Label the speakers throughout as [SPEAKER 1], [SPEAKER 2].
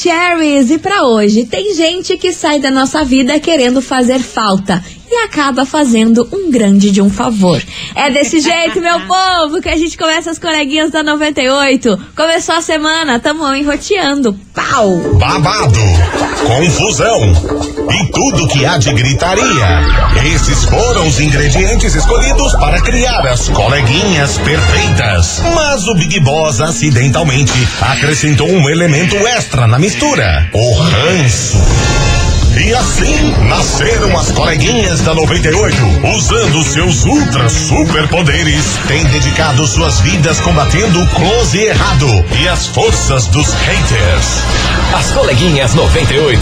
[SPEAKER 1] Paris. E para hoje, tem gente que sai da nossa vida querendo fazer falta e acaba fazendo um grande de um favor. É desse jeito, meu povo, que a gente começa as coleguinhas da 98. Começou a semana, tamo enroteando. Pau!
[SPEAKER 2] Babado, confusão e tudo que há de gritaria. Esses foram os ingredientes escolhidos para criar as coleguinhas perfeitas. Mas o Big Boss acidentalmente acrescentou um elemento extra na mistura: o ranço. E assim nasceram as coleguinhas da 98, usando seus ultra superpoderes, têm dedicado suas vidas combatendo o close e errado e as forças dos haters.
[SPEAKER 3] As coleguinhas 98.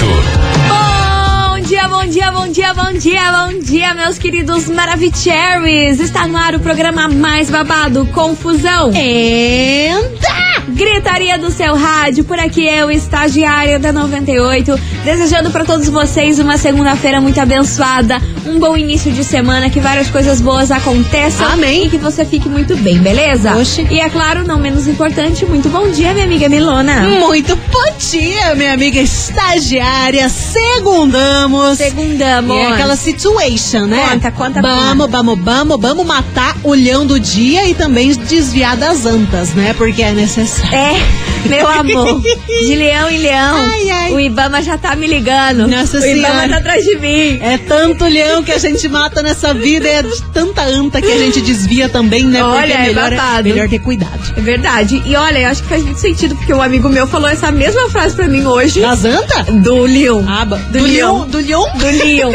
[SPEAKER 1] Bom dia, bom dia, bom dia, bom dia, bom dia, meus queridos Maravicheries. Está no ar o programa mais babado, Confusão.
[SPEAKER 4] Eita!
[SPEAKER 1] Gritaria do seu rádio, por aqui eu, estagiária da 98, desejando para todos vocês uma segunda-feira muito abençoada, um bom início de semana, que várias coisas boas aconteçam.
[SPEAKER 4] Amém.
[SPEAKER 1] E que você fique muito bem, beleza?
[SPEAKER 4] Oxe.
[SPEAKER 1] E é claro, não menos importante, muito bom dia, minha amiga Milona.
[SPEAKER 4] Muito bom dia, minha amiga estagiária. Segundamos.
[SPEAKER 1] Segundamos.
[SPEAKER 4] E é aquela situation, né?
[SPEAKER 1] Conta, conta,
[SPEAKER 4] Vamos, vamos, vamos, vamos matar o leão do dia e também desviar das antas, né? Porque é necessário.
[SPEAKER 1] É, meu amor, de leão em leão,
[SPEAKER 4] Ai, ai.
[SPEAKER 1] o Ibama já tá me ligando.
[SPEAKER 4] Nossa
[SPEAKER 1] o Ibama
[SPEAKER 4] Senhora.
[SPEAKER 1] tá atrás de mim.
[SPEAKER 4] É tanto leão que a gente mata nessa vida, é tanta anta que a gente desvia também, né? Porque
[SPEAKER 1] Olha, é
[SPEAKER 4] melhor,
[SPEAKER 1] babado.
[SPEAKER 4] melhor ter cuidado.
[SPEAKER 1] É verdade. E olha, eu acho que faz muito sentido, porque um amigo meu falou essa mesma frase pra mim hoje.
[SPEAKER 4] Das anta?
[SPEAKER 1] Do Leon.
[SPEAKER 4] Ah, ba-
[SPEAKER 1] Do
[SPEAKER 4] do
[SPEAKER 1] leão.
[SPEAKER 4] leão, do leão?
[SPEAKER 1] Do Leon.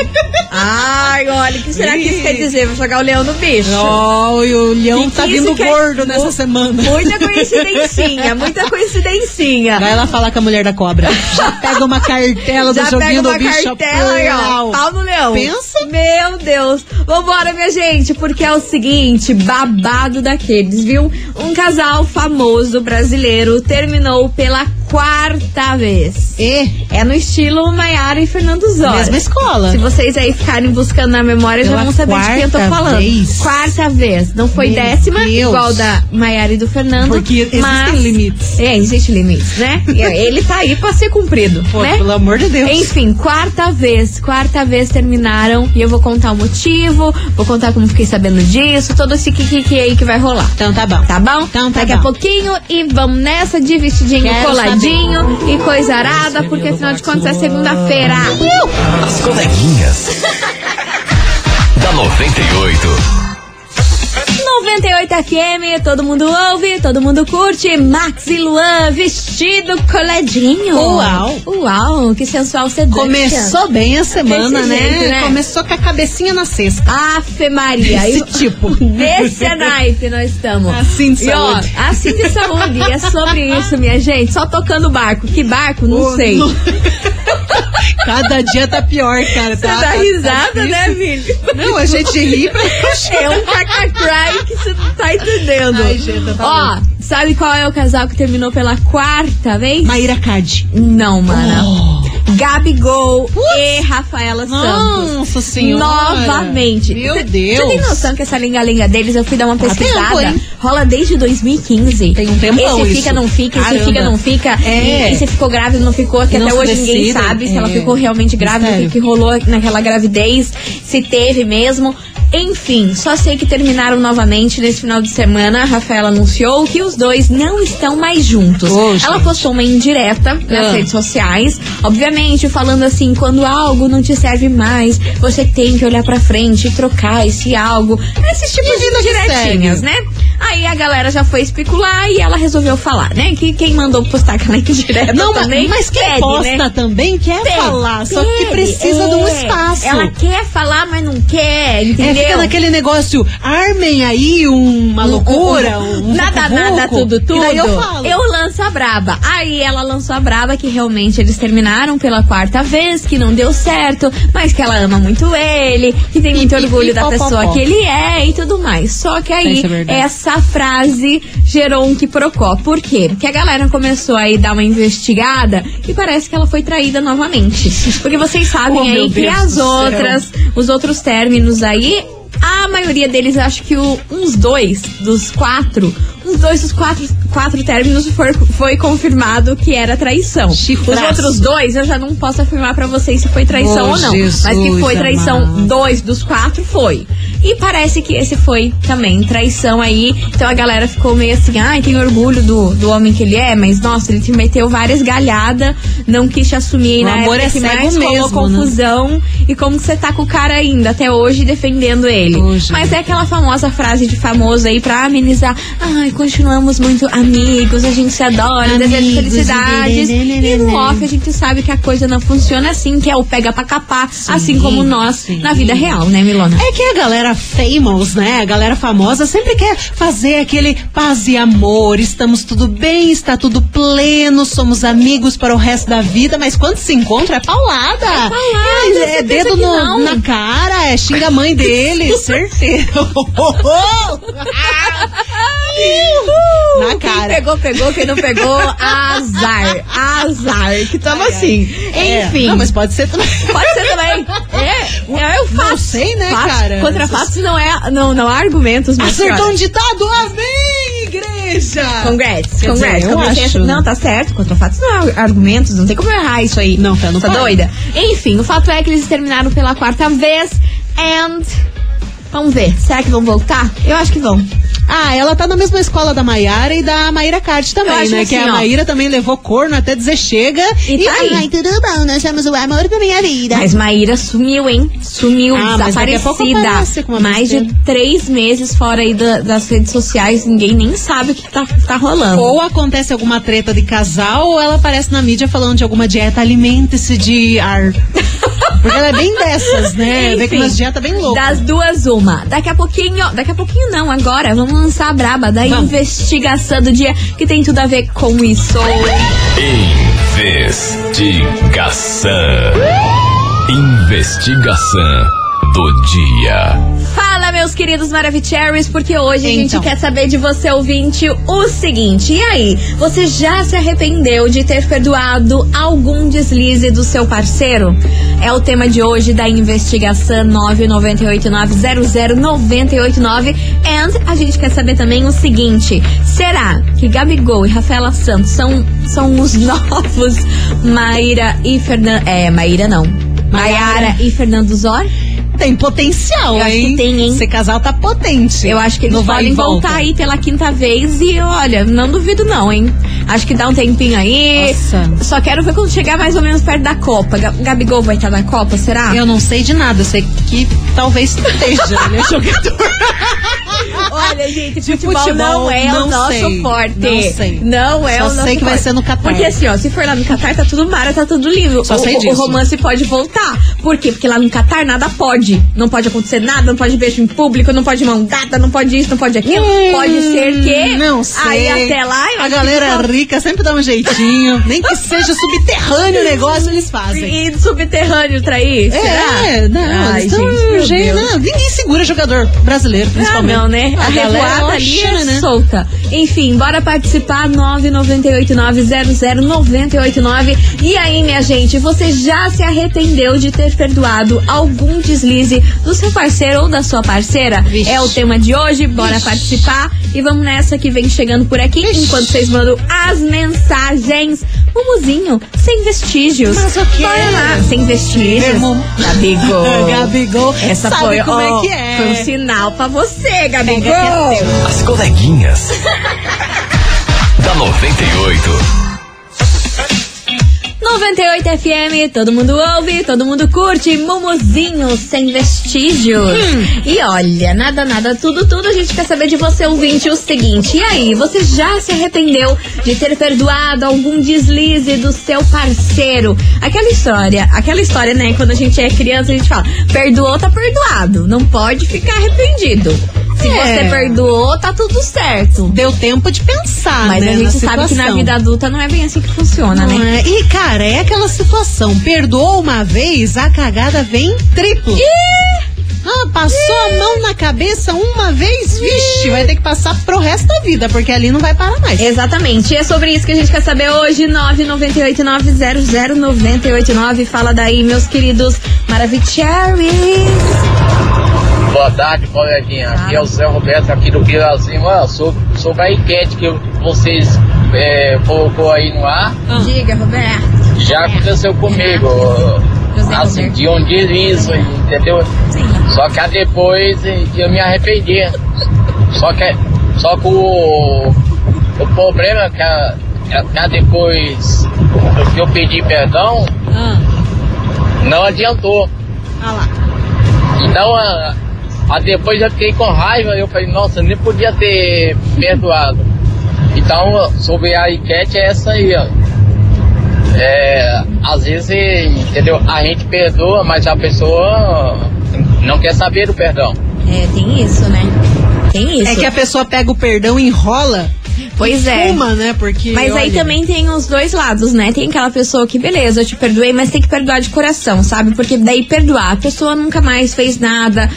[SPEAKER 1] Ai, olha, o que será que isso quer dizer? Vou jogar o leão no bicho.
[SPEAKER 4] Oh, e o leão
[SPEAKER 1] Que
[SPEAKER 4] tá
[SPEAKER 1] que é
[SPEAKER 4] vindo
[SPEAKER 1] isso quer-
[SPEAKER 4] gordo nessa
[SPEAKER 1] Mu-
[SPEAKER 4] semana.
[SPEAKER 1] Muita coincidencinha, muita coincidencinha.
[SPEAKER 4] Vai lá falar com a mulher da cobra. Já pega uma cartela do
[SPEAKER 1] Já pega
[SPEAKER 4] joguinho
[SPEAKER 1] uma
[SPEAKER 4] do bicho.
[SPEAKER 1] cartela aí, ó.
[SPEAKER 4] pau.
[SPEAKER 1] Pau no leão.
[SPEAKER 4] Pensa.
[SPEAKER 1] Meu Deus. Vambora, minha gente, porque é o seguinte, babado daqueles, viu? Um casal famoso brasileiro terminou pela quarta vez.
[SPEAKER 4] E,
[SPEAKER 1] É no estilo Maiara e Fernando Zóia.
[SPEAKER 4] mesma escola.
[SPEAKER 1] Se vocês aí ficarem buscando na memória, já
[SPEAKER 4] Pela
[SPEAKER 1] vão saber de quem eu tô
[SPEAKER 4] quarta
[SPEAKER 1] falando.
[SPEAKER 4] vez.
[SPEAKER 1] Quarta vez. Não foi
[SPEAKER 4] Meu
[SPEAKER 1] décima,
[SPEAKER 4] Deus.
[SPEAKER 1] igual da Maiara e do Fernando.
[SPEAKER 4] Porque existem
[SPEAKER 1] mas...
[SPEAKER 4] limites.
[SPEAKER 1] É, existe limites, né? E Ele tá aí pra ser cumprido,
[SPEAKER 4] Pô,
[SPEAKER 1] né?
[SPEAKER 4] pelo amor de Deus.
[SPEAKER 1] Enfim, quarta vez, quarta vez terminaram e eu vou contar o motivo, vou contar como fiquei sabendo disso, todo esse kikiki aí que vai rolar.
[SPEAKER 4] Então tá bom.
[SPEAKER 1] Tá bom?
[SPEAKER 4] Então tá
[SPEAKER 1] Daqui a
[SPEAKER 4] bom.
[SPEAKER 1] pouquinho e vamos nessa de vestidinho
[SPEAKER 4] Quero
[SPEAKER 1] coladinho e coisa arada, porque afinal de contas é segunda-feira.
[SPEAKER 3] As coleguinhas. da 98.
[SPEAKER 1] 98 FM, todo mundo ouve, todo mundo curte. Max e Luan, vestido coladinho.
[SPEAKER 4] Uau.
[SPEAKER 1] Uau, que sensual sedante.
[SPEAKER 4] Começou bem a semana,
[SPEAKER 1] Desse
[SPEAKER 4] né?
[SPEAKER 1] jeito, né?
[SPEAKER 4] Começou com a cabecinha na sexta.
[SPEAKER 1] Afe Maria.
[SPEAKER 4] Esse
[SPEAKER 1] E-
[SPEAKER 4] tipo.
[SPEAKER 1] Desse é naipe nós estamos.
[SPEAKER 4] Assim de
[SPEAKER 1] E, ó,
[SPEAKER 4] saúde.
[SPEAKER 1] assim de saúde. E é sobre isso, minha gente. Só tocando barco. Que barco? Não
[SPEAKER 4] Ô,
[SPEAKER 1] sei.
[SPEAKER 4] no- Cada dia tá pior, cara.
[SPEAKER 1] Você dá risada, né, Vini?
[SPEAKER 4] Não, a gente ri pra
[SPEAKER 1] É um cacacrai que você não tá entendendo.
[SPEAKER 4] Ai, gente, tá
[SPEAKER 1] Ó, sabe qual é o casal que terminou pela quarta vez?
[SPEAKER 4] Maíra Card.
[SPEAKER 1] Não, mana. Gabigol e Rafaela Santos.
[SPEAKER 4] Oh. Nossa senhora.
[SPEAKER 1] Novamente.
[SPEAKER 4] Meu
[SPEAKER 1] Cê-
[SPEAKER 4] Deus. Tá
[SPEAKER 1] Você tem noção que essa linga-linga deles, eu fui dar uma
[SPEAKER 4] tempo,
[SPEAKER 1] pesquisada.
[SPEAKER 4] hein?
[SPEAKER 1] rola desde 2015.
[SPEAKER 4] Tem um tempão
[SPEAKER 1] Esse
[SPEAKER 4] isso.
[SPEAKER 1] fica, não fica, esse
[SPEAKER 4] Caramba.
[SPEAKER 1] fica, não fica.
[SPEAKER 4] É.
[SPEAKER 1] E, e se ficou grávida, não ficou, que
[SPEAKER 4] E não
[SPEAKER 1] até
[SPEAKER 4] se
[SPEAKER 1] hoje ninguém
[SPEAKER 4] decidem.
[SPEAKER 1] sabe se ela
[SPEAKER 4] É.
[SPEAKER 1] ficou realmente grávida, o que,
[SPEAKER 4] Mistério.
[SPEAKER 1] que rolou naquela gravidez, se teve mesmo. Enfim, só sei que terminaram novamente nesse final de semana. A Rafaela anunciou que os dois não estão mais juntos.
[SPEAKER 4] Ô,
[SPEAKER 1] ela
[SPEAKER 4] gente.
[SPEAKER 1] postou uma indireta nas
[SPEAKER 4] Ah.
[SPEAKER 1] redes sociais, obviamente falando assim, quando algo não te serve mais, você tem que olhar pra frente e trocar esse algo. Esses tipos de
[SPEAKER 4] vida que
[SPEAKER 1] indiretinhas, né? Aí a galera já foi especular e ela resolveu falar, né? Que quem mandou postar aquela indireta
[SPEAKER 4] Não, mas,
[SPEAKER 1] É também.
[SPEAKER 4] mas quem
[SPEAKER 1] pede,
[SPEAKER 4] posta
[SPEAKER 1] né?
[SPEAKER 4] também quer
[SPEAKER 1] Pede,
[SPEAKER 4] falar, só que
[SPEAKER 1] pede,
[SPEAKER 4] precisa de um
[SPEAKER 1] é.
[SPEAKER 4] espaço.
[SPEAKER 1] Ela quer falar, mas não quer,
[SPEAKER 4] É,
[SPEAKER 1] entendeu?
[SPEAKER 4] fica naquele negócio, armem aí uma loucura, um,
[SPEAKER 1] nada,
[SPEAKER 4] vucu-vucu.
[SPEAKER 1] nada, tudo, tudo.
[SPEAKER 4] E daí eu falo.
[SPEAKER 1] lanço a braba. Aí ela lançou a braba que realmente eles terminaram pela quarta vez, que não deu certo, mas que ela ama muito ele, que tem muito
[SPEAKER 4] pi,
[SPEAKER 1] orgulho
[SPEAKER 4] pi,
[SPEAKER 1] da
[SPEAKER 4] pó, pó,
[SPEAKER 1] pessoa
[SPEAKER 4] pó.
[SPEAKER 1] que ele é e tudo mais. Só que aí,
[SPEAKER 4] Isso é verdade.
[SPEAKER 1] essa frase gerou um quiprocó. Por quê? Porque a galera começou aí a dar uma investigada e parece que ela foi traída novamente. Porque vocês sabem
[SPEAKER 4] Oh, meu
[SPEAKER 1] aí que
[SPEAKER 4] Deus
[SPEAKER 1] as
[SPEAKER 4] do céu.
[SPEAKER 1] outras os outros términos aí, a maioria deles, acho que o- uns dois dos quatro, uns dois dos quatro quatro términos for- foi confirmado que era traição. Os
[SPEAKER 4] Chifraço.
[SPEAKER 1] outros dois eu já não posso afirmar pra vocês se foi traição
[SPEAKER 4] Oh,
[SPEAKER 1] ou não. mas que
[SPEAKER 4] Jesus
[SPEAKER 1] foi traição
[SPEAKER 4] amado.
[SPEAKER 1] dois dos quatro foi. E parece que esse foi também traição aí. Então a galera ficou meio assim, ai, tem orgulho do, do homem que ele é, mas nossa, ele te meteu várias galhadas, não quis te assumir
[SPEAKER 4] O
[SPEAKER 1] na
[SPEAKER 4] amor
[SPEAKER 1] época
[SPEAKER 4] é
[SPEAKER 1] que
[SPEAKER 4] cego
[SPEAKER 1] mais rolou
[SPEAKER 4] mesmo, né?
[SPEAKER 1] confusão. E como que você tá com o cara ainda, até hoje, defendendo ele.
[SPEAKER 4] Oh, gente.
[SPEAKER 1] Mas é aquela famosa frase de famoso aí pra amenizar. Ai, continuamos muito amigos, a gente se adora,
[SPEAKER 4] Amigos,
[SPEAKER 1] desejo felicidades.
[SPEAKER 4] né, né, né,
[SPEAKER 1] E no
[SPEAKER 4] né.
[SPEAKER 1] off a gente sabe que a coisa não funciona assim, que é o pega pra capar, assim como nós
[SPEAKER 4] sim.
[SPEAKER 1] na vida real, né, Milona?
[SPEAKER 4] É que a galera famous, né? A galera famosa sempre quer fazer aquele paz e amor, estamos tudo bem, está tudo pleno, somos amigos para o resto da vida, mas quando se encontra é paulada. É,
[SPEAKER 1] paulada,
[SPEAKER 4] é
[SPEAKER 1] certeza
[SPEAKER 4] dedo
[SPEAKER 1] que
[SPEAKER 4] no-
[SPEAKER 1] não.
[SPEAKER 4] na cara, é xinga a mãe dele, certeza. na
[SPEAKER 1] Quem
[SPEAKER 4] cara.
[SPEAKER 1] pegou, pegou, quem não pegou, azar, azar, que tava assim.
[SPEAKER 4] É,
[SPEAKER 1] Enfim.
[SPEAKER 4] Não, mas pode ser também.
[SPEAKER 1] Pode ser também. É, é, é o fato.
[SPEAKER 4] Não sei, né,
[SPEAKER 1] Fato.
[SPEAKER 4] cara?
[SPEAKER 1] Contra fatos não é, não, não há argumentos, mas
[SPEAKER 4] Acertou um ditado? Amém, igreja!
[SPEAKER 1] Congrats,
[SPEAKER 4] Quer
[SPEAKER 1] congrats.
[SPEAKER 4] dizer, eu
[SPEAKER 1] Congrats.
[SPEAKER 4] acho,
[SPEAKER 1] Não,
[SPEAKER 4] né?
[SPEAKER 1] tá certo. Contra fatos não há argumentos, não tem como errar isso aí.
[SPEAKER 4] Não, tá, não
[SPEAKER 1] Tá
[SPEAKER 4] pode.
[SPEAKER 1] doida? Enfim, o fato é que eles terminaram pela quarta vez. And. Vamos ver. Será que vão voltar? Eu acho que vão.
[SPEAKER 4] Ah, ela tá na mesma escola da Maiara e da Maíra Card também,
[SPEAKER 1] Eu acho
[SPEAKER 4] né?
[SPEAKER 1] assim,
[SPEAKER 4] que a
[SPEAKER 1] ó.
[SPEAKER 4] Maíra também levou corno até dizer chega.
[SPEAKER 1] E tá aí.
[SPEAKER 4] ai, tudo bom, nós somos o amor da minha vida.
[SPEAKER 1] Mas Maíra sumiu, hein? Sumiu,
[SPEAKER 4] Ah, mas daqui a pouco aparece
[SPEAKER 1] desaparecida.
[SPEAKER 4] com uma
[SPEAKER 1] Mais de
[SPEAKER 4] besteira.
[SPEAKER 1] três meses fora aí da- das redes sociais. Ninguém nem sabe o que tá, tá rolando.
[SPEAKER 4] Ou acontece alguma treta de casal, ou ela aparece na mídia falando de alguma dieta, alimente-se de ar. Porque ela é bem dessas, né? Vem com
[SPEAKER 1] Enfim,
[SPEAKER 4] umas dietas bem loucas.
[SPEAKER 1] Das duas, uma. Daqui a pouquinho, daqui a pouquinho não, agora vamos lançar a braba da
[SPEAKER 4] Vamos.
[SPEAKER 1] investigação do dia, que tem tudo a ver com isso.
[SPEAKER 3] Investigação. Investigação do dia.
[SPEAKER 1] Fala, meus queridos Maravicheries, porque hoje a gente
[SPEAKER 4] Então.
[SPEAKER 1] quer saber de você, ouvinte, o seguinte. E aí, você já se arrependeu de ter perdoado algum deslize do seu parceiro? É o tema de hoje da investigação 998900989. And a gente quer saber também o seguinte: será que Gabigol e Rafaela Santos são, são os novos Maíra e Fernando. É, Maíra não. Maiara e Fernando Zor?
[SPEAKER 4] Tem potencial,
[SPEAKER 1] Eu acho que
[SPEAKER 4] hein?
[SPEAKER 1] tem, hein?
[SPEAKER 4] Esse casal tá potente.
[SPEAKER 1] Eu acho que eles
[SPEAKER 4] No vai
[SPEAKER 1] podem
[SPEAKER 4] e volta.
[SPEAKER 1] voltar aí pela quinta vez e olha, não duvido não, hein? Acho que dá um tempinho aí.
[SPEAKER 4] Nossa.
[SPEAKER 1] Só quero ver quando chegar mais ou menos perto da Copa. Ga- Gabigol vai estar na Copa, será?
[SPEAKER 4] Eu não sei de nada, eu sei que talvez esteja, ele é jogador.
[SPEAKER 1] Olha, gente, futebol,
[SPEAKER 4] futebol,
[SPEAKER 1] não é o
[SPEAKER 4] não
[SPEAKER 1] nosso
[SPEAKER 4] sei,
[SPEAKER 1] forte.
[SPEAKER 4] não sei.
[SPEAKER 1] Não é
[SPEAKER 4] Só
[SPEAKER 1] o nosso
[SPEAKER 4] sei que vai
[SPEAKER 1] forte.
[SPEAKER 4] ser no Catar.
[SPEAKER 1] Porque assim, ó, se for lá no Catar, tá tudo mara, tá tudo lindo.
[SPEAKER 4] Só
[SPEAKER 1] o,
[SPEAKER 4] sei
[SPEAKER 1] o- o
[SPEAKER 4] disso.
[SPEAKER 1] romance pode voltar. Por quê? Porque lá no Catar nada pode. Não pode acontecer nada, não pode beijo em público, não pode mão dada, não pode isso, não pode aquilo.
[SPEAKER 4] Hum,
[SPEAKER 1] pode ser que.
[SPEAKER 4] Não sei.
[SPEAKER 1] Aí até lá. eu
[SPEAKER 4] A
[SPEAKER 1] acho
[SPEAKER 4] galera
[SPEAKER 1] que
[SPEAKER 4] rica sempre dá um jeitinho. Nem que seja subterrâneo o negócio, eles fazem.
[SPEAKER 1] E subterrâneo trair? será?
[SPEAKER 4] É, não,
[SPEAKER 1] Ai,
[SPEAKER 4] eles dão
[SPEAKER 1] gente, meu
[SPEAKER 4] um jeito,
[SPEAKER 1] Deus.
[SPEAKER 4] não, ninguém segura jogador brasileiro,
[SPEAKER 1] Ah,
[SPEAKER 4] principalmente.
[SPEAKER 1] não, né? A,
[SPEAKER 4] A galera
[SPEAKER 1] revoada ali
[SPEAKER 4] achando,
[SPEAKER 1] é
[SPEAKER 4] né?
[SPEAKER 1] solta. Enfim, bora participar 998900989. E aí, minha gente, você já se arrependeu de ter perdoado algum deslize do seu parceiro ou da sua parceira?
[SPEAKER 4] Vixe.
[SPEAKER 1] É o tema de hoje, bora
[SPEAKER 4] Vixe.
[SPEAKER 1] participar. E vamos nessa que vem chegando por aqui,
[SPEAKER 4] Vixe.
[SPEAKER 1] enquanto vocês mandam as mensagens. Mumuzinho, sem vestígios.
[SPEAKER 4] Mas o quê?
[SPEAKER 1] Bora lá, sem vestígios.
[SPEAKER 4] Mum.
[SPEAKER 1] Gabigol.
[SPEAKER 4] É, Gabigol,
[SPEAKER 1] Essa
[SPEAKER 4] sabe
[SPEAKER 1] foi,
[SPEAKER 4] como
[SPEAKER 1] ó,
[SPEAKER 4] é que é.
[SPEAKER 1] Foi um sinal pra você, Gabigol.
[SPEAKER 4] Pega que
[SPEAKER 3] As coleguinhas. da 98.
[SPEAKER 1] 98 FM, todo mundo ouve, todo mundo curte, Mumuzinho sem vestígios.
[SPEAKER 4] Hum.
[SPEAKER 1] E olha, nada, nada, tudo, tudo, a gente quer saber de você, ouvinte, o seguinte. E aí, você já se arrependeu de ter perdoado algum deslize do seu parceiro? Aquela história, aquela história, né? Quando a gente é criança, a gente fala, perdoou, tá perdoado. Não pode ficar arrependido. Se
[SPEAKER 4] É.
[SPEAKER 1] você perdoou, tá tudo certo.
[SPEAKER 4] Deu tempo de pensar,
[SPEAKER 1] Mas
[SPEAKER 4] né,
[SPEAKER 1] a gente
[SPEAKER 4] na
[SPEAKER 1] sabe que na
[SPEAKER 4] situação.
[SPEAKER 1] vida adulta não é bem assim que funciona,
[SPEAKER 4] Não
[SPEAKER 1] né?
[SPEAKER 4] é? E, cara, é aquela situação. Perdoou uma vez, a cagada vem triplo. Ah, passou a mão na cabeça uma vez, vixe, vai ter que passar pro resto da vida, porque ali não vai parar mais.
[SPEAKER 1] Exatamente. E é sobre isso que a gente quer saber hoje. 998900989. Fala daí, meus queridos Maravicheries.
[SPEAKER 5] Boa tarde, coleguinha. Aqui é o Zé Roberto, aqui do Pirazinho. Mano, sobre, sobre a enquete que eu- vocês é, colocou aí no ar,
[SPEAKER 4] Ah.
[SPEAKER 1] Diga, Roberto.
[SPEAKER 5] já aconteceu comigo.
[SPEAKER 1] José
[SPEAKER 5] Assim,
[SPEAKER 1] Roberto.
[SPEAKER 5] de um delírio, entendeu?
[SPEAKER 1] Sim.
[SPEAKER 5] Só que aí depois eh, eu me arrependi. Só que, só que o, o problema é que, a- é que a depois que eu pedi perdão,
[SPEAKER 1] Ah,
[SPEAKER 5] não adiantou.
[SPEAKER 4] Ah lá.
[SPEAKER 5] Então, a, a depois eu fiquei com raiva, eu falei, nossa, nem podia ter perdoado. Então, sobre a enquete é essa aí, ó. É, às vezes, eh, entendeu? A gente perdoa, mas a pessoa não quer saber do perdão.
[SPEAKER 1] é, tem isso, né? Tem isso.
[SPEAKER 4] É que a pessoa pega o perdão, enrola,
[SPEAKER 1] Pois é.
[SPEAKER 4] fuma, né? Porque.
[SPEAKER 1] Mas aí
[SPEAKER 4] olha,
[SPEAKER 1] também tem os dois lados, né? Tem aquela pessoa que, beleza, eu te perdoei, mas tem que perdoar de coração, sabe? Porque daí perdoar, a pessoa nunca mais fez nada.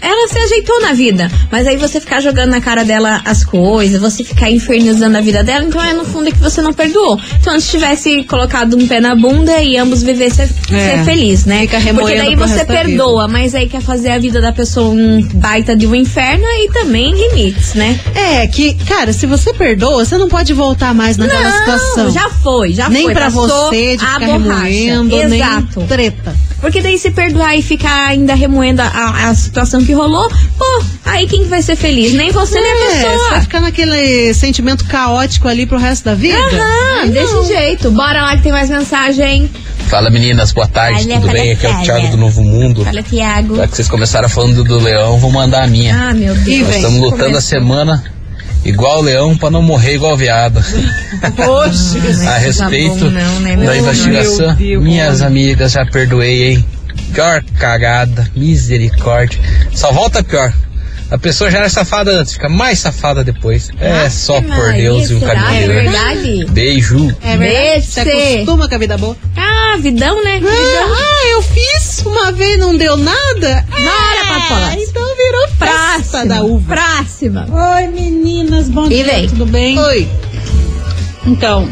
[SPEAKER 1] Ela se ajeitou na vida. Mas aí você ficar jogando na cara dela as coisas, você ficar infernizando a vida dela, então é no fundo que você não perdoou. Então antes tivesse colocado um pé na bunda e ambos vivessem ser,
[SPEAKER 4] É.
[SPEAKER 1] ser feliz, né?
[SPEAKER 4] Fica
[SPEAKER 1] Porque
[SPEAKER 4] remoendo
[SPEAKER 1] daí
[SPEAKER 4] pro
[SPEAKER 1] você
[SPEAKER 4] resto da vida.
[SPEAKER 1] perdoa, mas aí quer fazer a vida da pessoa um baita de um inferno e também limites, né?
[SPEAKER 4] É que, cara, se você perdoa, você não pode voltar mais naquela
[SPEAKER 1] Não,
[SPEAKER 4] situação.
[SPEAKER 1] Já foi, já
[SPEAKER 4] nem
[SPEAKER 1] foi.
[SPEAKER 4] pra
[SPEAKER 1] passou
[SPEAKER 4] você de
[SPEAKER 1] a
[SPEAKER 4] ficar
[SPEAKER 1] borracha.
[SPEAKER 4] remoendo,
[SPEAKER 1] Exato.
[SPEAKER 4] nem treta.
[SPEAKER 1] Porque daí se perdoar e ficar ainda remoendo a, a situação que rolou, pô, aí quem que vai ser feliz? Nem você, nem a
[SPEAKER 4] É, você vai
[SPEAKER 1] pessoa.
[SPEAKER 4] ficar naquele sentimento caótico ali pro resto da vida?
[SPEAKER 1] Aham,
[SPEAKER 4] Não.
[SPEAKER 1] desse jeito. Bora lá que tem mais mensagem.
[SPEAKER 6] Fala meninas, boa tarde,
[SPEAKER 1] Olha,
[SPEAKER 6] tudo
[SPEAKER 1] fala
[SPEAKER 6] bem? Aqui é o
[SPEAKER 1] sério.
[SPEAKER 6] Thiago do Novo Mundo.
[SPEAKER 1] Fala, Tiago.
[SPEAKER 6] Já que vocês começaram falando do leão, vou mandar a minha.
[SPEAKER 1] Ah, meu Deus.
[SPEAKER 4] E
[SPEAKER 6] Nós
[SPEAKER 4] vem,
[SPEAKER 6] estamos lutando
[SPEAKER 1] começa.
[SPEAKER 6] a semana igual o leão pra não morrer igual veado.
[SPEAKER 4] Poxa,
[SPEAKER 6] A respeito
[SPEAKER 1] Ah, bom não, né, meu
[SPEAKER 6] da
[SPEAKER 1] Deus.
[SPEAKER 6] investigação,
[SPEAKER 4] Meu Deus.
[SPEAKER 6] minhas amigas já perdoei, hein? Pior cagada, misericórdia. Só volta pior. A pessoa já era safada antes, fica mais safada depois. É só por
[SPEAKER 1] Maria,
[SPEAKER 6] Deus e um
[SPEAKER 1] será? É
[SPEAKER 6] caminho. né?
[SPEAKER 1] verdade?
[SPEAKER 6] Beijo.
[SPEAKER 4] é verdade. Você
[SPEAKER 1] Esse.
[SPEAKER 4] acostuma com a vida boa.
[SPEAKER 1] Ah, vidão, né?
[SPEAKER 4] Ah,
[SPEAKER 1] Vidão.
[SPEAKER 4] ah, eu fiz uma vez não deu nada?
[SPEAKER 1] Bora pra próxima.
[SPEAKER 4] Então virou festa da uva.
[SPEAKER 1] Próxima.
[SPEAKER 7] Oi meninas, bom
[SPEAKER 1] E
[SPEAKER 7] dia,
[SPEAKER 1] vem.
[SPEAKER 7] tudo bem?
[SPEAKER 4] Oi.
[SPEAKER 7] Então,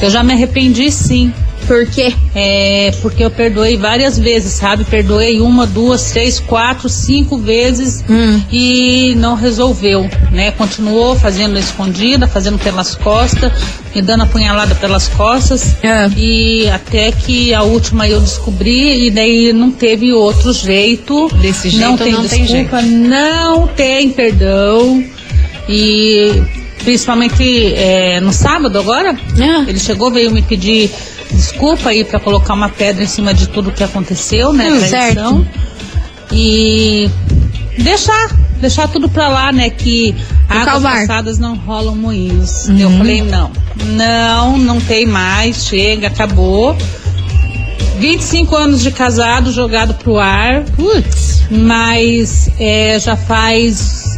[SPEAKER 7] eu já me arrependi sim,
[SPEAKER 1] Por quê?
[SPEAKER 7] é, porque eu perdoei várias vezes, sabe? Perdoei uma, duas, três, quatro, cinco vezes
[SPEAKER 1] Hum.
[SPEAKER 7] e não resolveu, né? Continuou fazendo escondida, fazendo pelas costas, me dando apunhalada pelas costas.
[SPEAKER 1] Ah.
[SPEAKER 7] E até que a última eu descobri e daí não teve outro jeito.
[SPEAKER 4] Desse jeito
[SPEAKER 7] não tem
[SPEAKER 4] não tem
[SPEAKER 7] desculpa, não tem perdão. E principalmente eh, no sábado agora,
[SPEAKER 1] Ah.
[SPEAKER 7] ele chegou, veio me pedir desculpa aí pra colocar uma pedra em cima de tudo que aconteceu, né?
[SPEAKER 1] Hum,
[SPEAKER 7] traição. E deixar, deixar tudo pra lá, né? Que águas
[SPEAKER 1] calmar.
[SPEAKER 7] passadas não rolam moinhos. Eu falei, não, não, não tem mais, chega, acabou. 25 anos de casado, jogado pro ar,
[SPEAKER 4] Putz.
[SPEAKER 7] mas é, já faz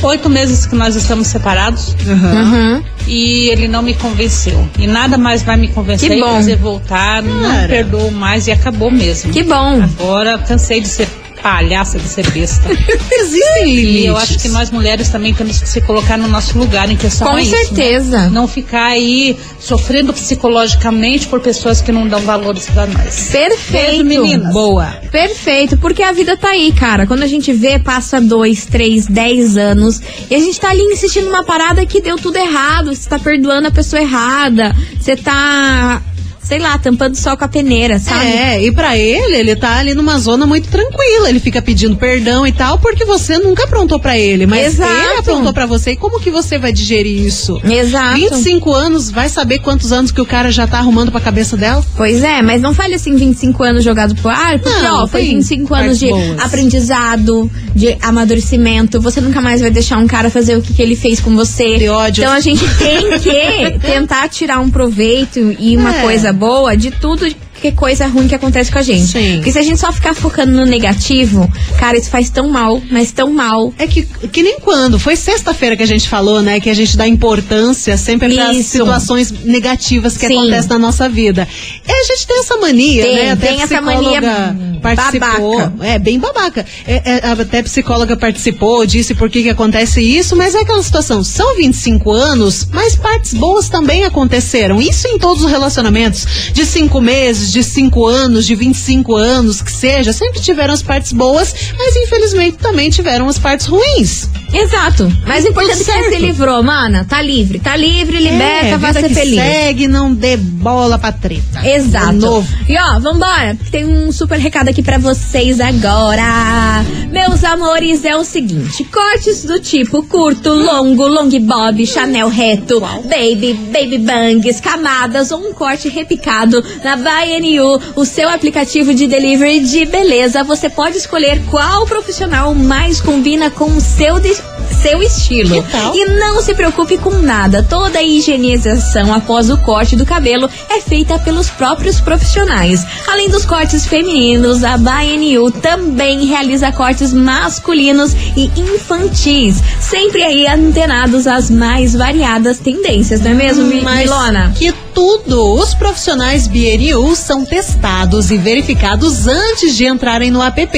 [SPEAKER 7] oito meses que nós estamos separados
[SPEAKER 4] Ah.
[SPEAKER 1] Uhum.
[SPEAKER 7] e ele não me convenceu. E nada mais vai me convencer
[SPEAKER 1] Que
[SPEAKER 7] e
[SPEAKER 1] bom.
[SPEAKER 7] fazer voltar, não
[SPEAKER 4] Cara.
[SPEAKER 7] perdoo mais e acabou mesmo.
[SPEAKER 1] Que bom.
[SPEAKER 7] Agora cansei de ser palhaça, de ser besta.
[SPEAKER 4] Existem limites.
[SPEAKER 7] e eu acho que nós mulheres também temos que se colocar no nosso lugar em questão
[SPEAKER 1] Com
[SPEAKER 7] a isso, né?
[SPEAKER 1] certeza.
[SPEAKER 7] Não ficar aí sofrendo psicologicamente por pessoas que não dão valores pra nós.
[SPEAKER 1] Perfeito.
[SPEAKER 7] Beijo, meninas.
[SPEAKER 1] Boa. Perfeito, porque a vida tá aí, cara. Quando a gente vê, passa dois, três, dez anos e a gente tá ali insistindo numa parada que deu tudo errado. Você tá perdoando a pessoa errada. Você tá, sei lá, tampando o sol com a peneira, sabe?
[SPEAKER 4] É, e pra ele, ele tá ali numa zona muito tranquila. Ele fica pedindo perdão e tal, porque você nunca aprontou pra ele. Mas
[SPEAKER 1] Exato.
[SPEAKER 4] ele aprontou pra você. E como que você vai digerir isso?
[SPEAKER 1] Exato.
[SPEAKER 4] 25 anos, vai saber quantos anos que o cara já tá arrumando pra cabeça dela?
[SPEAKER 1] Pois é, mas não fale assim 25 anos jogado pro ar, porque
[SPEAKER 4] Não,
[SPEAKER 1] ó, foi
[SPEAKER 4] tem
[SPEAKER 1] 25 anos
[SPEAKER 4] partes
[SPEAKER 1] de
[SPEAKER 4] boas.
[SPEAKER 1] aprendizado, de amadurecimento. Você nunca mais vai deixar um cara fazer o que, que ele fez com você.
[SPEAKER 4] De ódio.
[SPEAKER 1] Então a gente tem que tentar tirar um proveito e uma
[SPEAKER 4] É.
[SPEAKER 1] coisa boa de tudo que coisa ruim que acontece com a gente.
[SPEAKER 4] Sim.
[SPEAKER 1] Porque se a gente só ficar focando no negativo, cara, isso faz tão mal, mas tão mal.
[SPEAKER 4] É que, que nem quando. Foi sexta-feira que a gente falou, né? Que a gente dá importância sempre para
[SPEAKER 1] Isso.
[SPEAKER 4] situações negativas que
[SPEAKER 1] Sim.
[SPEAKER 4] acontecem na nossa vida. E a gente tem essa mania,
[SPEAKER 1] Tem,
[SPEAKER 4] né?
[SPEAKER 1] tem
[SPEAKER 4] a
[SPEAKER 1] essa mania
[SPEAKER 4] psicóloga participou.
[SPEAKER 1] babaca.
[SPEAKER 4] É, bem babaca. É, é, até a psicóloga participou, disse por que, que acontece isso, mas é aquela situação. São 25 anos, mas partes boas também aconteceram. Isso em todos os relacionamentos. De cinco meses, 10, de 5 anos, de 25 anos, que seja, sempre tiveram as partes boas, mas infelizmente também tiveram as partes ruins.
[SPEAKER 1] Exato. Mas o importante é que você
[SPEAKER 4] certo.
[SPEAKER 1] se livrou, mana. Tá livre, tá livre, liberta,
[SPEAKER 4] É,
[SPEAKER 1] vai ser
[SPEAKER 4] vida que
[SPEAKER 1] feliz.
[SPEAKER 4] Segue, não dê bola pra treta.
[SPEAKER 1] Exato.
[SPEAKER 4] De É novo.
[SPEAKER 1] E ó, vambora, que tem um super recado aqui pra vocês agora. Meus amores, é o seguinte: cortes do tipo curto, longo, long bob, Chanel reto, baby, baby bangs, camadas ou um corte repicado na BNU, o seu aplicativo de delivery de beleza. Você pode escolher qual profissional mais combina com o seu de seu estilo.
[SPEAKER 4] Que tal?
[SPEAKER 1] E não se preocupe com nada. Toda a higienização após o corte do cabelo é feita pelos próprios profissionais. Além dos cortes femininos, a BNU também realiza cortes masculinos e infantis. Sempre aí antenados às mais variadas tendências, não é mesmo, Mi- Milona?
[SPEAKER 4] Que tudo! Os profissionais BNU são testados e verificados antes de entrarem no app,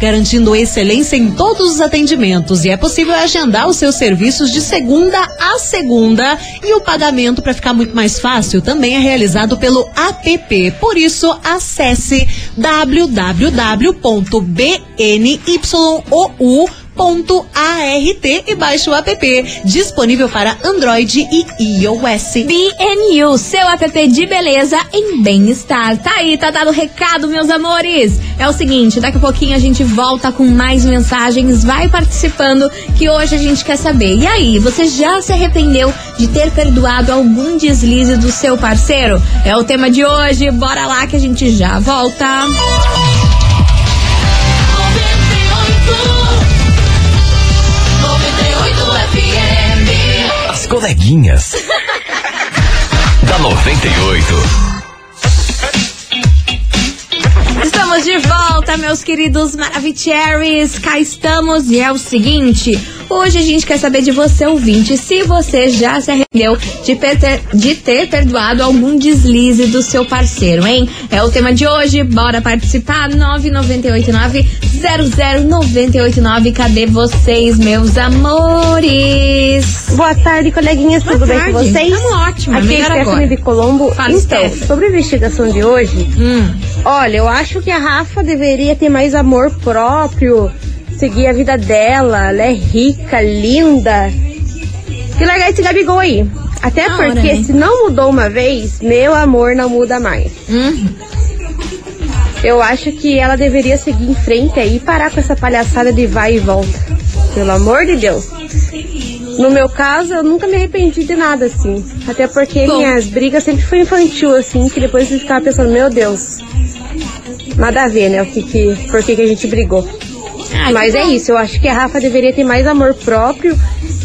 [SPEAKER 4] garantindo excelência em todos os atendimentos. E é possível agendar os seus serviços de segunda a segunda. E o pagamento, para ficar muito mais fácil, também é realizado pelo app. Por isso, acesse www.bnyou.com .art e baixe o app disponível para Android e iOS.
[SPEAKER 1] BNU, seu app de beleza em bem-estar. Tá aí, tá dado o recado, meus amores. É o seguinte, daqui a pouquinho a gente volta com mais mensagens. Vai participando, que hoje a gente quer saber. E aí, você já se arrependeu de ter perdoado algum deslize do seu parceiro? É o tema de hoje. Bora lá que a gente já volta.
[SPEAKER 3] As coleguinhas. da 98.
[SPEAKER 1] Estamos de volta, meus queridos Maravicheries. Cá estamos e é o seguinte: hoje a gente quer saber de você, ouvinte, se você já se arrependeu de, perter- de ter perdoado algum deslize do seu parceiro, hein? É o tema de hoje. Bora participar! 998900989. Cadê vocês, meus amores?
[SPEAKER 8] Boa tarde, coleguinhas. Tudo bem com vocês?
[SPEAKER 1] Estamos ótimo,
[SPEAKER 8] Aqui é
[SPEAKER 1] melhor agora.
[SPEAKER 8] Stephanie de Colombo.
[SPEAKER 1] Fala,
[SPEAKER 8] então,
[SPEAKER 1] Steph.
[SPEAKER 8] sobre a investigação de hoje,
[SPEAKER 1] Hum.
[SPEAKER 8] olha, eu acho que a Rafa deveria ter mais amor próprio, seguir a vida dela. Ela é rica, linda. E largar esse Gabigol aí. Até
[SPEAKER 1] Na hora,
[SPEAKER 8] porque
[SPEAKER 1] né?
[SPEAKER 8] se não mudou uma vez, meu amor não muda mais.
[SPEAKER 1] Hum.
[SPEAKER 8] Eu acho que ela deveria seguir em frente aí e parar com essa palhaçada de vai e volta. Pelo amor de Deus. No meu caso, eu nunca me arrependi de nada, assim. Até porque
[SPEAKER 1] Bom.
[SPEAKER 8] minhas brigas sempre foi infantil, assim, que depois eu ficava pensando, meu Deus. Nada a ver, né? O que que, por que, que a gente brigou.
[SPEAKER 1] Ah, que
[SPEAKER 8] Mas é
[SPEAKER 1] bom.
[SPEAKER 8] isso, eu acho que a Rafa deveria ter mais amor próprio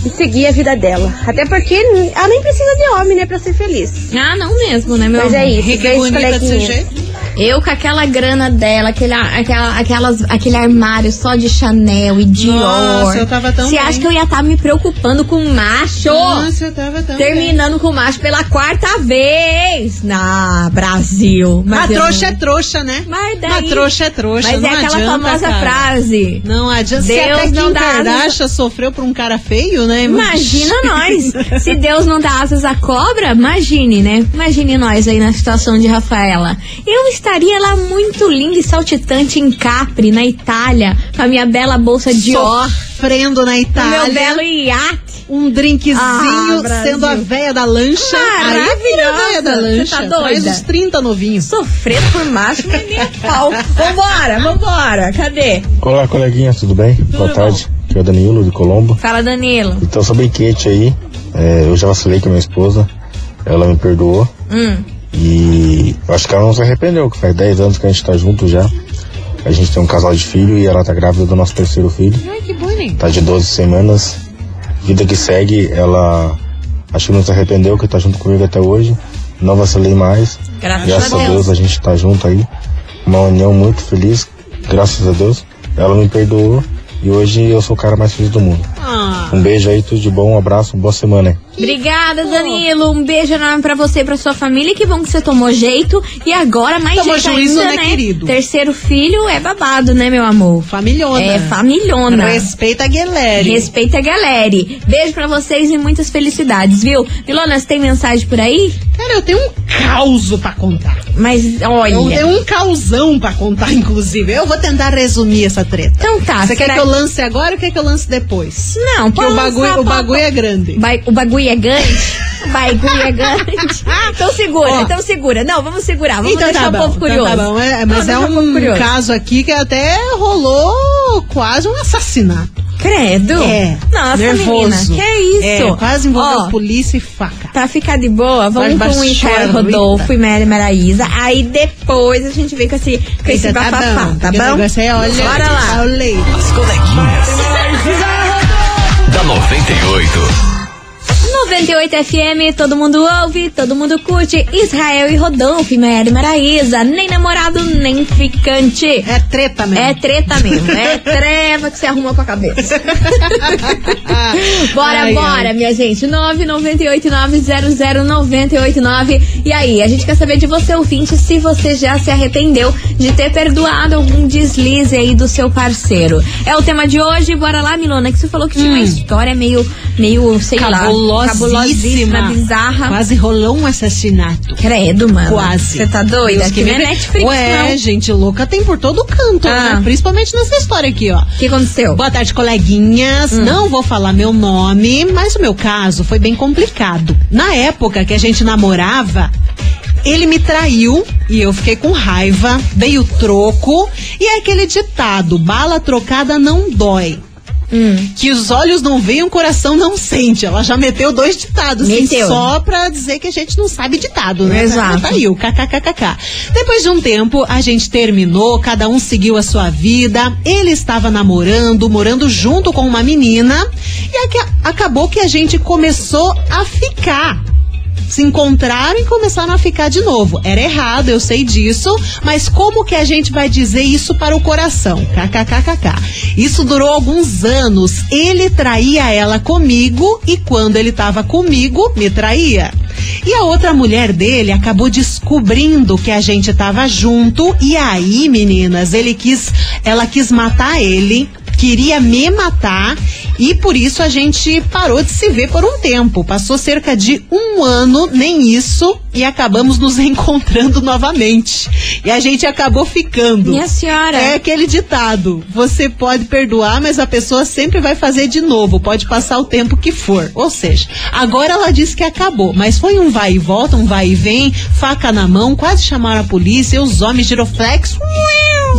[SPEAKER 8] e seguir a vida dela. Até porque ela nem precisa de homem, né, pra ser feliz.
[SPEAKER 1] Ah, não mesmo, né, meu
[SPEAKER 8] Mas é
[SPEAKER 1] amor?
[SPEAKER 8] isso,
[SPEAKER 4] Rica e
[SPEAKER 8] beijo,
[SPEAKER 4] bonita desse
[SPEAKER 8] coleguinha.
[SPEAKER 4] jeito.
[SPEAKER 1] Eu com aquela grana dela, aquele, a- aquela, aquelas, aquele armário só de Chanel e Dior.
[SPEAKER 4] Nossa, eu tava tão
[SPEAKER 1] Você
[SPEAKER 4] bem.
[SPEAKER 1] acha que eu ia estar me preocupando com macho?
[SPEAKER 4] Nossa, eu tava tão
[SPEAKER 1] Terminando com macho pela quarta vez. Na Brasil.
[SPEAKER 4] bem. A
[SPEAKER 1] eu
[SPEAKER 4] trouxa é
[SPEAKER 1] não-
[SPEAKER 4] trouxa, né?
[SPEAKER 1] Mas daí-
[SPEAKER 4] A trouxa é trouxa,
[SPEAKER 1] Mas
[SPEAKER 4] não
[SPEAKER 1] é aquela
[SPEAKER 4] adianta,
[SPEAKER 1] famosa
[SPEAKER 4] cara.
[SPEAKER 1] frase.
[SPEAKER 4] Não adianta. Se
[SPEAKER 1] Deus
[SPEAKER 4] até
[SPEAKER 1] não
[SPEAKER 4] Kim
[SPEAKER 1] dá
[SPEAKER 4] Kardashian sofreu por um cara feio, né?
[SPEAKER 1] Imagina nós! Se Deus não dá asas à cobra, imagine, né? Imagine nós aí na situação de Rafaela. Eu estaria lá muito linda e saltitante em Capri, na Itália, com a minha bela bolsa de ó,
[SPEAKER 4] Sofrendo na
[SPEAKER 1] com o
[SPEAKER 4] Itália.
[SPEAKER 1] meu belo iate.
[SPEAKER 4] Um drinkzinho,
[SPEAKER 1] Ah, Brasil.
[SPEAKER 4] sendo a véia da lancha. Aí vira a véia da
[SPEAKER 1] Maravilhosa.
[SPEAKER 4] lancha.
[SPEAKER 1] Você tá
[SPEAKER 4] Traz
[SPEAKER 1] doida?
[SPEAKER 4] os 30 novinhos.
[SPEAKER 1] Sofrendo por macho, mas nem a pau. Vambora, vambora, cadê?
[SPEAKER 9] Olá, coleguinha, tudo bem? Boa tarde. Aqui é o Danilo de Colombo.
[SPEAKER 1] Fala, Danilo.
[SPEAKER 9] Então, sobre a enquete aí, é, eu já vacilei com a minha esposa, ela me perdoou
[SPEAKER 1] Hum.
[SPEAKER 9] e eu acho que ela não se arrependeu, que faz 10 anos que a gente tá junto já. A gente tem um casal de filho e ela tá grávida do nosso terceiro filho.
[SPEAKER 4] Ai, que bonito.
[SPEAKER 9] Tá de 12 semanas. Vida que segue, ela acho que não se arrependeu, que tá junto comigo até hoje. Não vacilei mais.
[SPEAKER 1] Graças
[SPEAKER 9] Graças
[SPEAKER 1] a Deus.
[SPEAKER 9] a gente tá junto aí. Uma união muito feliz, graças a Deus. Ela me perdoou e hoje eu sou o cara mais feliz do mundo.
[SPEAKER 4] Ah.
[SPEAKER 9] Um beijo aí, tudo de bom, um abraço, uma boa semana. aí.
[SPEAKER 1] Obrigada, Danilo. Um beijo enorme pra você e pra sua família. Que bom que você tomou jeito. E agora mais
[SPEAKER 4] Tomou
[SPEAKER 1] jeito
[SPEAKER 4] juízo,
[SPEAKER 1] ainda,
[SPEAKER 4] né, querido?
[SPEAKER 1] Terceiro filho é babado, né, meu amor?
[SPEAKER 4] Familhona.
[SPEAKER 1] É, familhona.
[SPEAKER 4] Respeita a galera.
[SPEAKER 1] Respeita a galera. Beijo pra vocês e muitas felicidades, viu? Milona, você tem mensagem por aí?
[SPEAKER 4] Cara, eu tenho um caos pra contar.
[SPEAKER 1] Mas olha.
[SPEAKER 4] Eu tenho um causão pra contar, inclusive. Eu vou tentar resumir essa treta.
[SPEAKER 1] Então tá. Então
[SPEAKER 4] Você quer
[SPEAKER 1] será-
[SPEAKER 4] que eu lance agora ou quer que eu lance depois?
[SPEAKER 1] Não,
[SPEAKER 4] Porque
[SPEAKER 1] pode
[SPEAKER 4] o bagulho,
[SPEAKER 1] lançar,
[SPEAKER 4] o bagulho
[SPEAKER 1] pode-
[SPEAKER 4] é grande.
[SPEAKER 1] Ba- O bagulho é grande? O bagulho é grande. Então segura,
[SPEAKER 4] Ó.
[SPEAKER 1] então segura. Não, vamos segurar. Vamos
[SPEAKER 4] então
[SPEAKER 1] deixar
[SPEAKER 4] tá
[SPEAKER 1] o
[SPEAKER 4] bom,
[SPEAKER 1] povo
[SPEAKER 4] então
[SPEAKER 1] curioso.
[SPEAKER 4] tá bom. É,
[SPEAKER 1] Não,
[SPEAKER 4] mas é
[SPEAKER 1] deixa o povo
[SPEAKER 4] um
[SPEAKER 1] curioso.
[SPEAKER 4] caso aqui que até rolou quase um assassinato.
[SPEAKER 1] Credo.
[SPEAKER 4] É.
[SPEAKER 1] Nossa,
[SPEAKER 4] nervoso.
[SPEAKER 1] menina. Que isso?
[SPEAKER 4] É, quase envolveu
[SPEAKER 1] Ó,
[SPEAKER 4] polícia e faca.
[SPEAKER 1] Pra ficar de boa, vamos
[SPEAKER 4] Barba
[SPEAKER 1] com o Icaro
[SPEAKER 4] chorrita.
[SPEAKER 1] Rodolfo e Mary Maraísa. Aí depois a gente vem com esse, com esse
[SPEAKER 4] Então
[SPEAKER 1] bafafá, tá
[SPEAKER 4] porque o
[SPEAKER 1] bom?
[SPEAKER 4] negócio é, olha,
[SPEAKER 1] Bora lá.
[SPEAKER 4] tá o leite.
[SPEAKER 3] As coleguinhas. da 98.
[SPEAKER 1] 98 FM, todo mundo ouve, todo mundo curte. Israel e Rodolfo e Mary Maraísa. Nem namorado, nem ficante.
[SPEAKER 4] É treta mesmo.
[SPEAKER 1] É treta mesmo, é treva que você arruma com a cabeça. É bora,
[SPEAKER 4] Ah, Ai,
[SPEAKER 1] bora, minha gente. 998900989. E aí, a gente quer saber de você, ouvinte, se você já se arrependeu de ter perdoado algum deslize aí do seu parceiro. É o tema de hoje, bora lá, Milona, que você falou que tinha
[SPEAKER 4] Hum.
[SPEAKER 1] uma história meio, meio, sei lá, cabulosíssima, bizarra.
[SPEAKER 4] Quase rolou um assassinato.
[SPEAKER 1] Credo, mano.
[SPEAKER 4] Quase.
[SPEAKER 1] Você tá doida?
[SPEAKER 4] Deus
[SPEAKER 1] que não é
[SPEAKER 4] me livre.
[SPEAKER 1] Netflix,
[SPEAKER 4] Ué,
[SPEAKER 1] não.
[SPEAKER 4] gente louca tem por todo canto,
[SPEAKER 1] Ah.
[SPEAKER 4] né? Principalmente nessa história aqui, ó.
[SPEAKER 1] O que aconteceu?
[SPEAKER 4] Boa tarde, coleguinhas.
[SPEAKER 1] Hum.
[SPEAKER 4] Não vou falar meu nome, mas o meu caso foi bem complicado. Na época que a gente namorava, ele me traiu e eu fiquei com raiva, dei o troco. E é aquele ditado: bala trocada não dói.
[SPEAKER 1] Hum.
[SPEAKER 4] Que os olhos não veem, o coração não sente. Ela já meteu dois ditados, assim,
[SPEAKER 1] Meteu.
[SPEAKER 4] só pra dizer que a gente não sabe ditado, né?
[SPEAKER 1] Exato.
[SPEAKER 4] Tá aí o kkkk. Depois de um tempo, a gente terminou, cada um seguiu a sua vida. Ele estava namorando, morando junto com uma menina. E aca- acabou que a gente começou a ficar. Se encontraram e começaram a ficar de novo. Era errado, eu sei disso, mas como que a gente vai dizer isso para o coração? KKKKK. Isso durou alguns anos. Ele traía ela comigo e quando ele estava comigo, me traía. E a outra mulher dele acabou descobrindo que a gente tava junto e aí, meninas, ele quis, ela quis matar ele, queria me matar e por isso a gente parou de se ver por um tempo. Passou cerca de um ano, nem isso, e acabamos nos reencontrando novamente. E a gente acabou ficando.
[SPEAKER 1] Minha senhora.
[SPEAKER 4] É aquele ditado: você pode perdoar, mas a pessoa sempre vai fazer de novo, pode passar o tempo que for. Ou seja, agora ela disse que acabou, mas foi um vai e volta, um vai e vem, faca na mão, quase chamaram a polícia, os homens giroflex. uiu,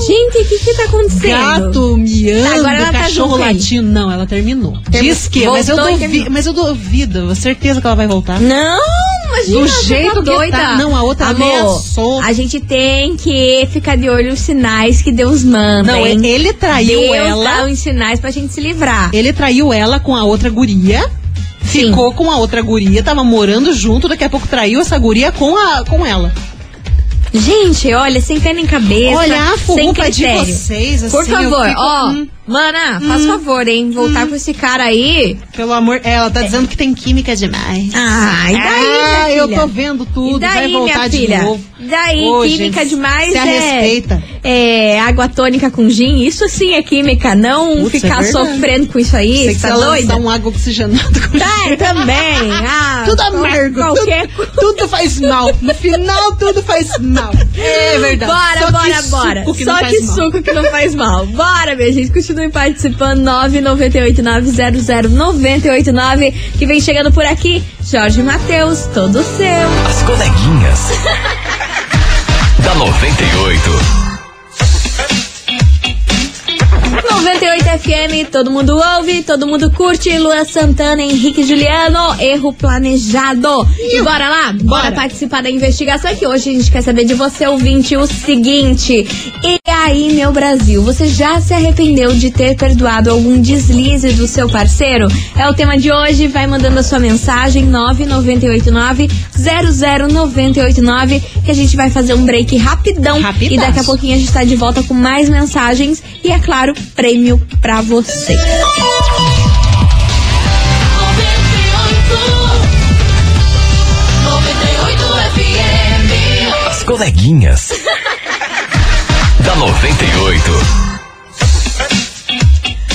[SPEAKER 1] Gente, o que que tá acontecendo?
[SPEAKER 4] Gato miando,
[SPEAKER 1] Tá, agora ela tá
[SPEAKER 4] cachorro
[SPEAKER 1] junto aí.
[SPEAKER 4] latindo. Não, ela terminou. Diz que, mas eu,
[SPEAKER 1] Voltou e
[SPEAKER 4] duvi-
[SPEAKER 1] terminou.
[SPEAKER 4] mas eu duvido, certeza que ela vai voltar.
[SPEAKER 1] Não, imagina,
[SPEAKER 4] Do
[SPEAKER 1] você
[SPEAKER 4] jeito
[SPEAKER 1] tá
[SPEAKER 4] que
[SPEAKER 1] doida.
[SPEAKER 4] tá. Não, a outra
[SPEAKER 1] Amor,
[SPEAKER 4] ameaçou.
[SPEAKER 1] A gente tem que ficar de olho nos sinais que Deus manda.
[SPEAKER 4] Não,
[SPEAKER 1] hein?
[SPEAKER 4] ele traiu
[SPEAKER 1] Deus tá
[SPEAKER 4] ela.
[SPEAKER 1] dá os sinais pra gente se livrar.
[SPEAKER 4] Ele traiu ela com a outra guria.
[SPEAKER 1] Sim.
[SPEAKER 4] Ficou com a outra guria, tava morando junto, daqui a pouco traiu essa guria com, a, com ela.
[SPEAKER 1] Gente, olha, sem pena em cabeça.
[SPEAKER 4] Olha a
[SPEAKER 1] sem
[SPEAKER 4] furrupa de
[SPEAKER 1] critério.
[SPEAKER 4] vocês, assim.
[SPEAKER 1] Por favor,
[SPEAKER 4] eu fico,
[SPEAKER 1] ó.
[SPEAKER 4] hum,
[SPEAKER 1] Mana, faz favor, hein? Voltar com esse cara aí.
[SPEAKER 4] pelo amor. Ela tá dizendo que tem química demais.
[SPEAKER 1] Ah, e daí,
[SPEAKER 4] Ah,
[SPEAKER 1] minha
[SPEAKER 4] eu
[SPEAKER 1] filha?
[SPEAKER 4] tô vendo tudo,
[SPEAKER 1] E daí,
[SPEAKER 4] vai voltar
[SPEAKER 1] minha
[SPEAKER 4] de
[SPEAKER 1] filha?
[SPEAKER 4] novo.
[SPEAKER 1] Daí,
[SPEAKER 4] Ô,
[SPEAKER 1] química
[SPEAKER 4] gente,
[SPEAKER 1] demais
[SPEAKER 4] se
[SPEAKER 1] é,
[SPEAKER 4] respeita.
[SPEAKER 1] é água tônica com gin. Isso sim é química, não
[SPEAKER 4] Putz, é
[SPEAKER 1] ficar
[SPEAKER 4] verdade.
[SPEAKER 1] sofrendo com isso aí,
[SPEAKER 4] Sei que
[SPEAKER 1] tá
[SPEAKER 4] você lançar
[SPEAKER 1] doida?
[SPEAKER 4] um água oxigenada com
[SPEAKER 1] Tá, é, também. Ah,
[SPEAKER 4] Tudo
[SPEAKER 1] qual-
[SPEAKER 4] amargo,
[SPEAKER 1] Qualquer
[SPEAKER 4] tudo, tudo faz mal. No final, tudo faz mal. É verdade.
[SPEAKER 1] Bora,
[SPEAKER 4] Só que
[SPEAKER 1] bora,
[SPEAKER 4] suco
[SPEAKER 1] bora.
[SPEAKER 4] que não
[SPEAKER 1] Só
[SPEAKER 4] faz
[SPEAKER 1] que
[SPEAKER 4] mal.
[SPEAKER 1] suco que não faz mal. Bora, minha gente. Continue participando. 998-900-989. Que vem chegando por aqui. Jorge Matheus, todo seu.
[SPEAKER 3] As coleguinhas. da 98.
[SPEAKER 1] 98 FM, todo mundo ouve, todo mundo curte. Lua Santana, Henrique Juliano, erro planejado. E bora lá? Bora,
[SPEAKER 4] Bora.
[SPEAKER 1] participar da investigação que hoje a gente quer saber de você, ouvinte, o seguinte. E aí, meu Brasil, você já se arrependeu de ter perdoado algum deslize do seu parceiro? É o tema de hoje, vai mandando a sua mensagem 9989 00989 que a gente vai fazer um break rapidão
[SPEAKER 4] Rapidaço.
[SPEAKER 1] e daqui a pouquinho a gente tá de volta com mais mensagens e, é claro, prêmio pra você.
[SPEAKER 3] coleguinhas. da 98.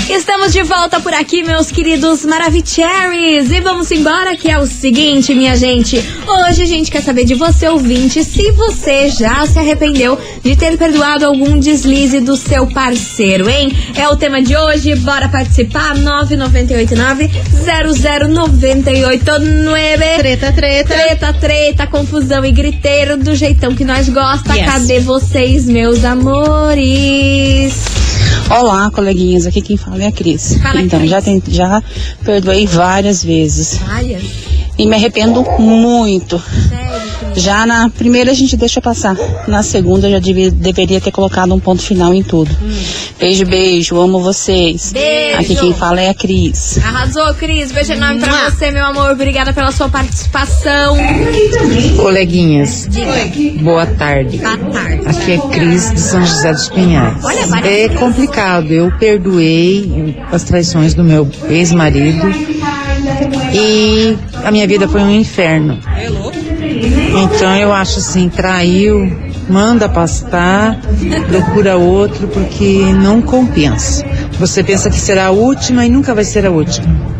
[SPEAKER 1] Estamos de volta por aqui, meus queridos Maravicheries. E vamos embora, que é o seguinte, minha gente. Hoje a gente quer saber de você, ouvinte, se você já se arrependeu de ter perdoado algum deslize do seu parceiro, hein? É o tema de hoje, bora participar. 9989 00989
[SPEAKER 4] Treta, treta.
[SPEAKER 1] Treta, treta, confusão e griteiro do jeitão que nós gosta.
[SPEAKER 4] Yes.
[SPEAKER 1] Cadê vocês, meus amores?
[SPEAKER 10] Olá, coleguinhas. Aqui quem fala é a Cris.
[SPEAKER 1] Fala,
[SPEAKER 10] então,
[SPEAKER 1] Cris.
[SPEAKER 10] já tem- já perdoei várias vezes
[SPEAKER 1] Olha,
[SPEAKER 10] e me arrependo muito.
[SPEAKER 1] é sério, que
[SPEAKER 10] Já na primeira a gente deixa passar, na segunda eu já devia- deveria ter colocado um ponto final em tudo. Beijo, beijo, amo vocês.
[SPEAKER 1] Beijo.
[SPEAKER 10] Aqui quem fala é a Cris.
[SPEAKER 1] Arrasou, Cris. Beijo enorme pra
[SPEAKER 4] Mua.
[SPEAKER 1] você, meu amor. Obrigada pela sua participação.
[SPEAKER 11] Coleguinhas,
[SPEAKER 1] Diga.
[SPEAKER 11] boa tarde.
[SPEAKER 1] Boa tarde.
[SPEAKER 11] Aqui é Cris de São José dos Pinhais.
[SPEAKER 1] Olha, várias
[SPEAKER 11] É
[SPEAKER 1] Cris.
[SPEAKER 11] complicado. Eu perdoei as traições do meu ex-marido e a minha vida foi um inferno.
[SPEAKER 1] É
[SPEAKER 11] Então eu acho assim, traiu, manda pastar, procura outro porque não compensa. Você pensa que será a última e nunca vai ser a última.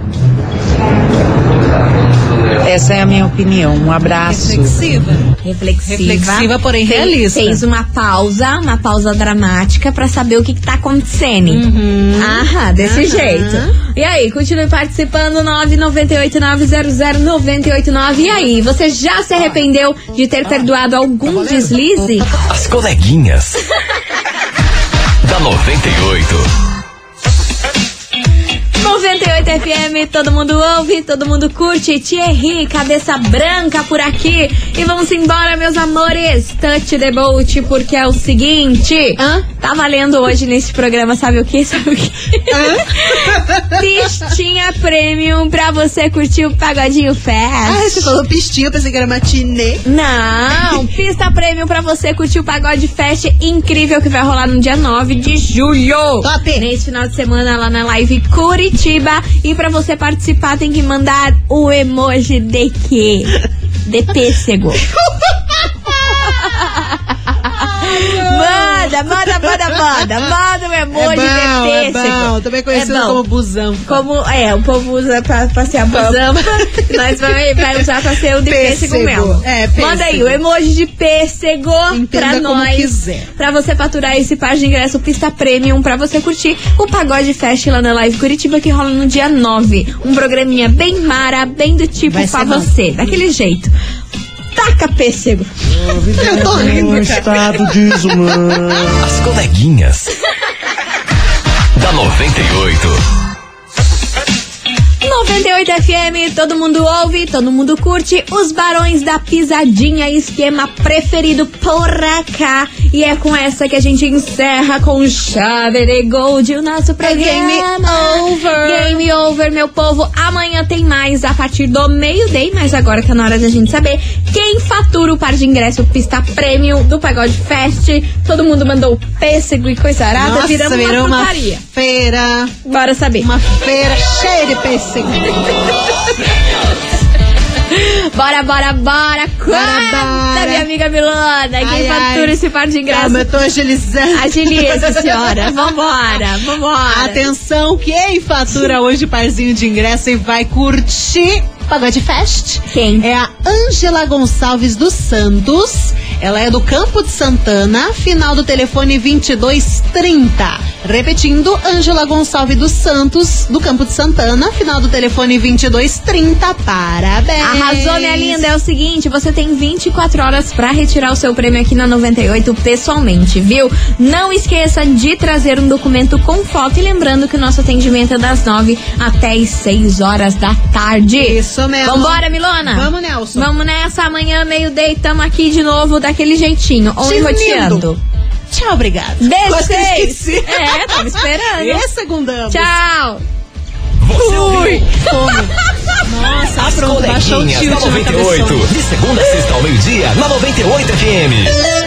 [SPEAKER 11] Essa é a minha opinião. Um abraço.
[SPEAKER 7] Reflexiva.
[SPEAKER 1] Reflexiva.
[SPEAKER 7] Reflexiva, porém
[SPEAKER 1] Fe-
[SPEAKER 7] realista.
[SPEAKER 1] Fez uma pausa, uma pausa dramática pra saber o que, que tá acontecendo. Uhum. Aham, desse jeito. E aí, continue participando, 998900989. E aí, você já se arrependeu de ter perdoado algum deslize?
[SPEAKER 3] As coleguinhas. da 98.
[SPEAKER 1] 98 FM, todo mundo ouve, todo mundo curte. Thierry, cabeça branca por aqui. E vamos embora, meus amores. Touch the boat, porque é o seguinte.
[SPEAKER 4] Hã?
[SPEAKER 1] Tá valendo hoje nesse programa, sabe o que? Sabe o que? Pistinha Premium pra você curtir o Pagodinho
[SPEAKER 4] Ah, você
[SPEAKER 1] Fest.
[SPEAKER 4] falou pistinha, eu pensei que era matinê.
[SPEAKER 1] É Não, pista prêmio pra você curtir o Pagode Fest incrível que vai rolar no dia 9 de julho.
[SPEAKER 4] Top!
[SPEAKER 1] Nesse final de semana lá na live Curitiba. E pra você participar tem que mandar o emoji de quê? De pêssego. manda, manda, manda, manda. Manda o emoji
[SPEAKER 4] é
[SPEAKER 1] de
[SPEAKER 4] bom,
[SPEAKER 1] pêssego.
[SPEAKER 4] é bom. Também conhecido
[SPEAKER 1] É bom.
[SPEAKER 4] como busão.
[SPEAKER 1] Como, é, o povo usa pra, pra ser a busama. Nós vamos vai usar pra ser o de pêssego,
[SPEAKER 4] Pêssego.
[SPEAKER 1] mesmo.
[SPEAKER 4] É, pêssego.
[SPEAKER 1] Manda aí o emoji de pêssego
[SPEAKER 4] Entenda
[SPEAKER 1] pra
[SPEAKER 4] como
[SPEAKER 1] nós.
[SPEAKER 4] quiser.
[SPEAKER 1] Pra você faturar esse par de ingresso Pista Premium pra você curtir o Pagode Fest lá na Live Curitiba que rola no dia 9. Um programinha bem mara, bem do tipo
[SPEAKER 4] Vai
[SPEAKER 1] pra
[SPEAKER 4] ser bom.
[SPEAKER 1] você. Daquele jeito. Taca pêssego.
[SPEAKER 4] Eu tô rindo, cara.
[SPEAKER 9] estado desumano.
[SPEAKER 3] As coleguinhas. da 98.
[SPEAKER 1] 98 FM, todo mundo ouve, todo mundo curte. Os Barões da Pisadinha, esquema preferido por cá. E é com essa que a gente encerra com chave de gold o nosso programa.
[SPEAKER 4] É game over.
[SPEAKER 1] Game over, meu povo. Amanhã tem mais a partir do meio-dia, mas agora tá na hora da gente saber quem fatura o par de ingresso pista premium do Pagode Fest. Todo mundo mandou pêssego e coisa arada,
[SPEAKER 4] Nossa,
[SPEAKER 1] virando
[SPEAKER 4] virou
[SPEAKER 1] uma
[SPEAKER 4] uma
[SPEAKER 1] putaria.
[SPEAKER 4] feira.
[SPEAKER 1] Bora saber.
[SPEAKER 4] Uma feira cheia de pêssego.
[SPEAKER 1] Bora, bora, bora! Conta,
[SPEAKER 4] bora.
[SPEAKER 1] minha amiga Milona! Quem
[SPEAKER 4] Ai,
[SPEAKER 1] fatura
[SPEAKER 4] ai.
[SPEAKER 1] esse par de
[SPEAKER 4] Calma,
[SPEAKER 1] ingresso?
[SPEAKER 4] eu tô agilizando.
[SPEAKER 1] Agiliza, senhora! Vambora, vambora!
[SPEAKER 4] Atenção, quem fatura hoje parzinho de ingresso e vai curtir Pagode Fest?
[SPEAKER 1] Quem?
[SPEAKER 4] É a Ângela Gonçalves dos Santos. Ela é do Campo de Santana, final do telefone 2230. Repetindo, Ângela Gonçalves dos Santos, do Campo de Santana, final do telefone 2230. Parabéns!
[SPEAKER 1] Arrasou, minha linda. É o seguinte, você tem 24 horas pra retirar o seu prêmio aqui na 98 pessoalmente, viu? Não esqueça de trazer um documento com foto e lembrando que o nosso atendimento é das 9 até as 6 horas da tarde.
[SPEAKER 4] Isso mesmo.
[SPEAKER 1] Vambora, Milona!
[SPEAKER 4] Vamos, Nelson.
[SPEAKER 1] Vamos nessa, amanhã, meio-day, tamo aqui de novo, daquele jeitinho. On e
[SPEAKER 4] Te
[SPEAKER 1] roteando.
[SPEAKER 4] lindo. Tchau, obrigado.
[SPEAKER 1] Beijo,
[SPEAKER 4] Quase que eu
[SPEAKER 1] vocês.
[SPEAKER 4] esqueci.
[SPEAKER 1] É, tava esperando.
[SPEAKER 4] E segundamos.
[SPEAKER 1] Tchau!
[SPEAKER 3] Você ouviu?
[SPEAKER 4] Nossa,
[SPEAKER 3] As
[SPEAKER 4] pronto, baixou o
[SPEAKER 3] coleguinhas
[SPEAKER 4] tilt
[SPEAKER 3] da
[SPEAKER 4] no cabeção.
[SPEAKER 3] 98. De segunda a sexta ao meio-dia, na 98 FM.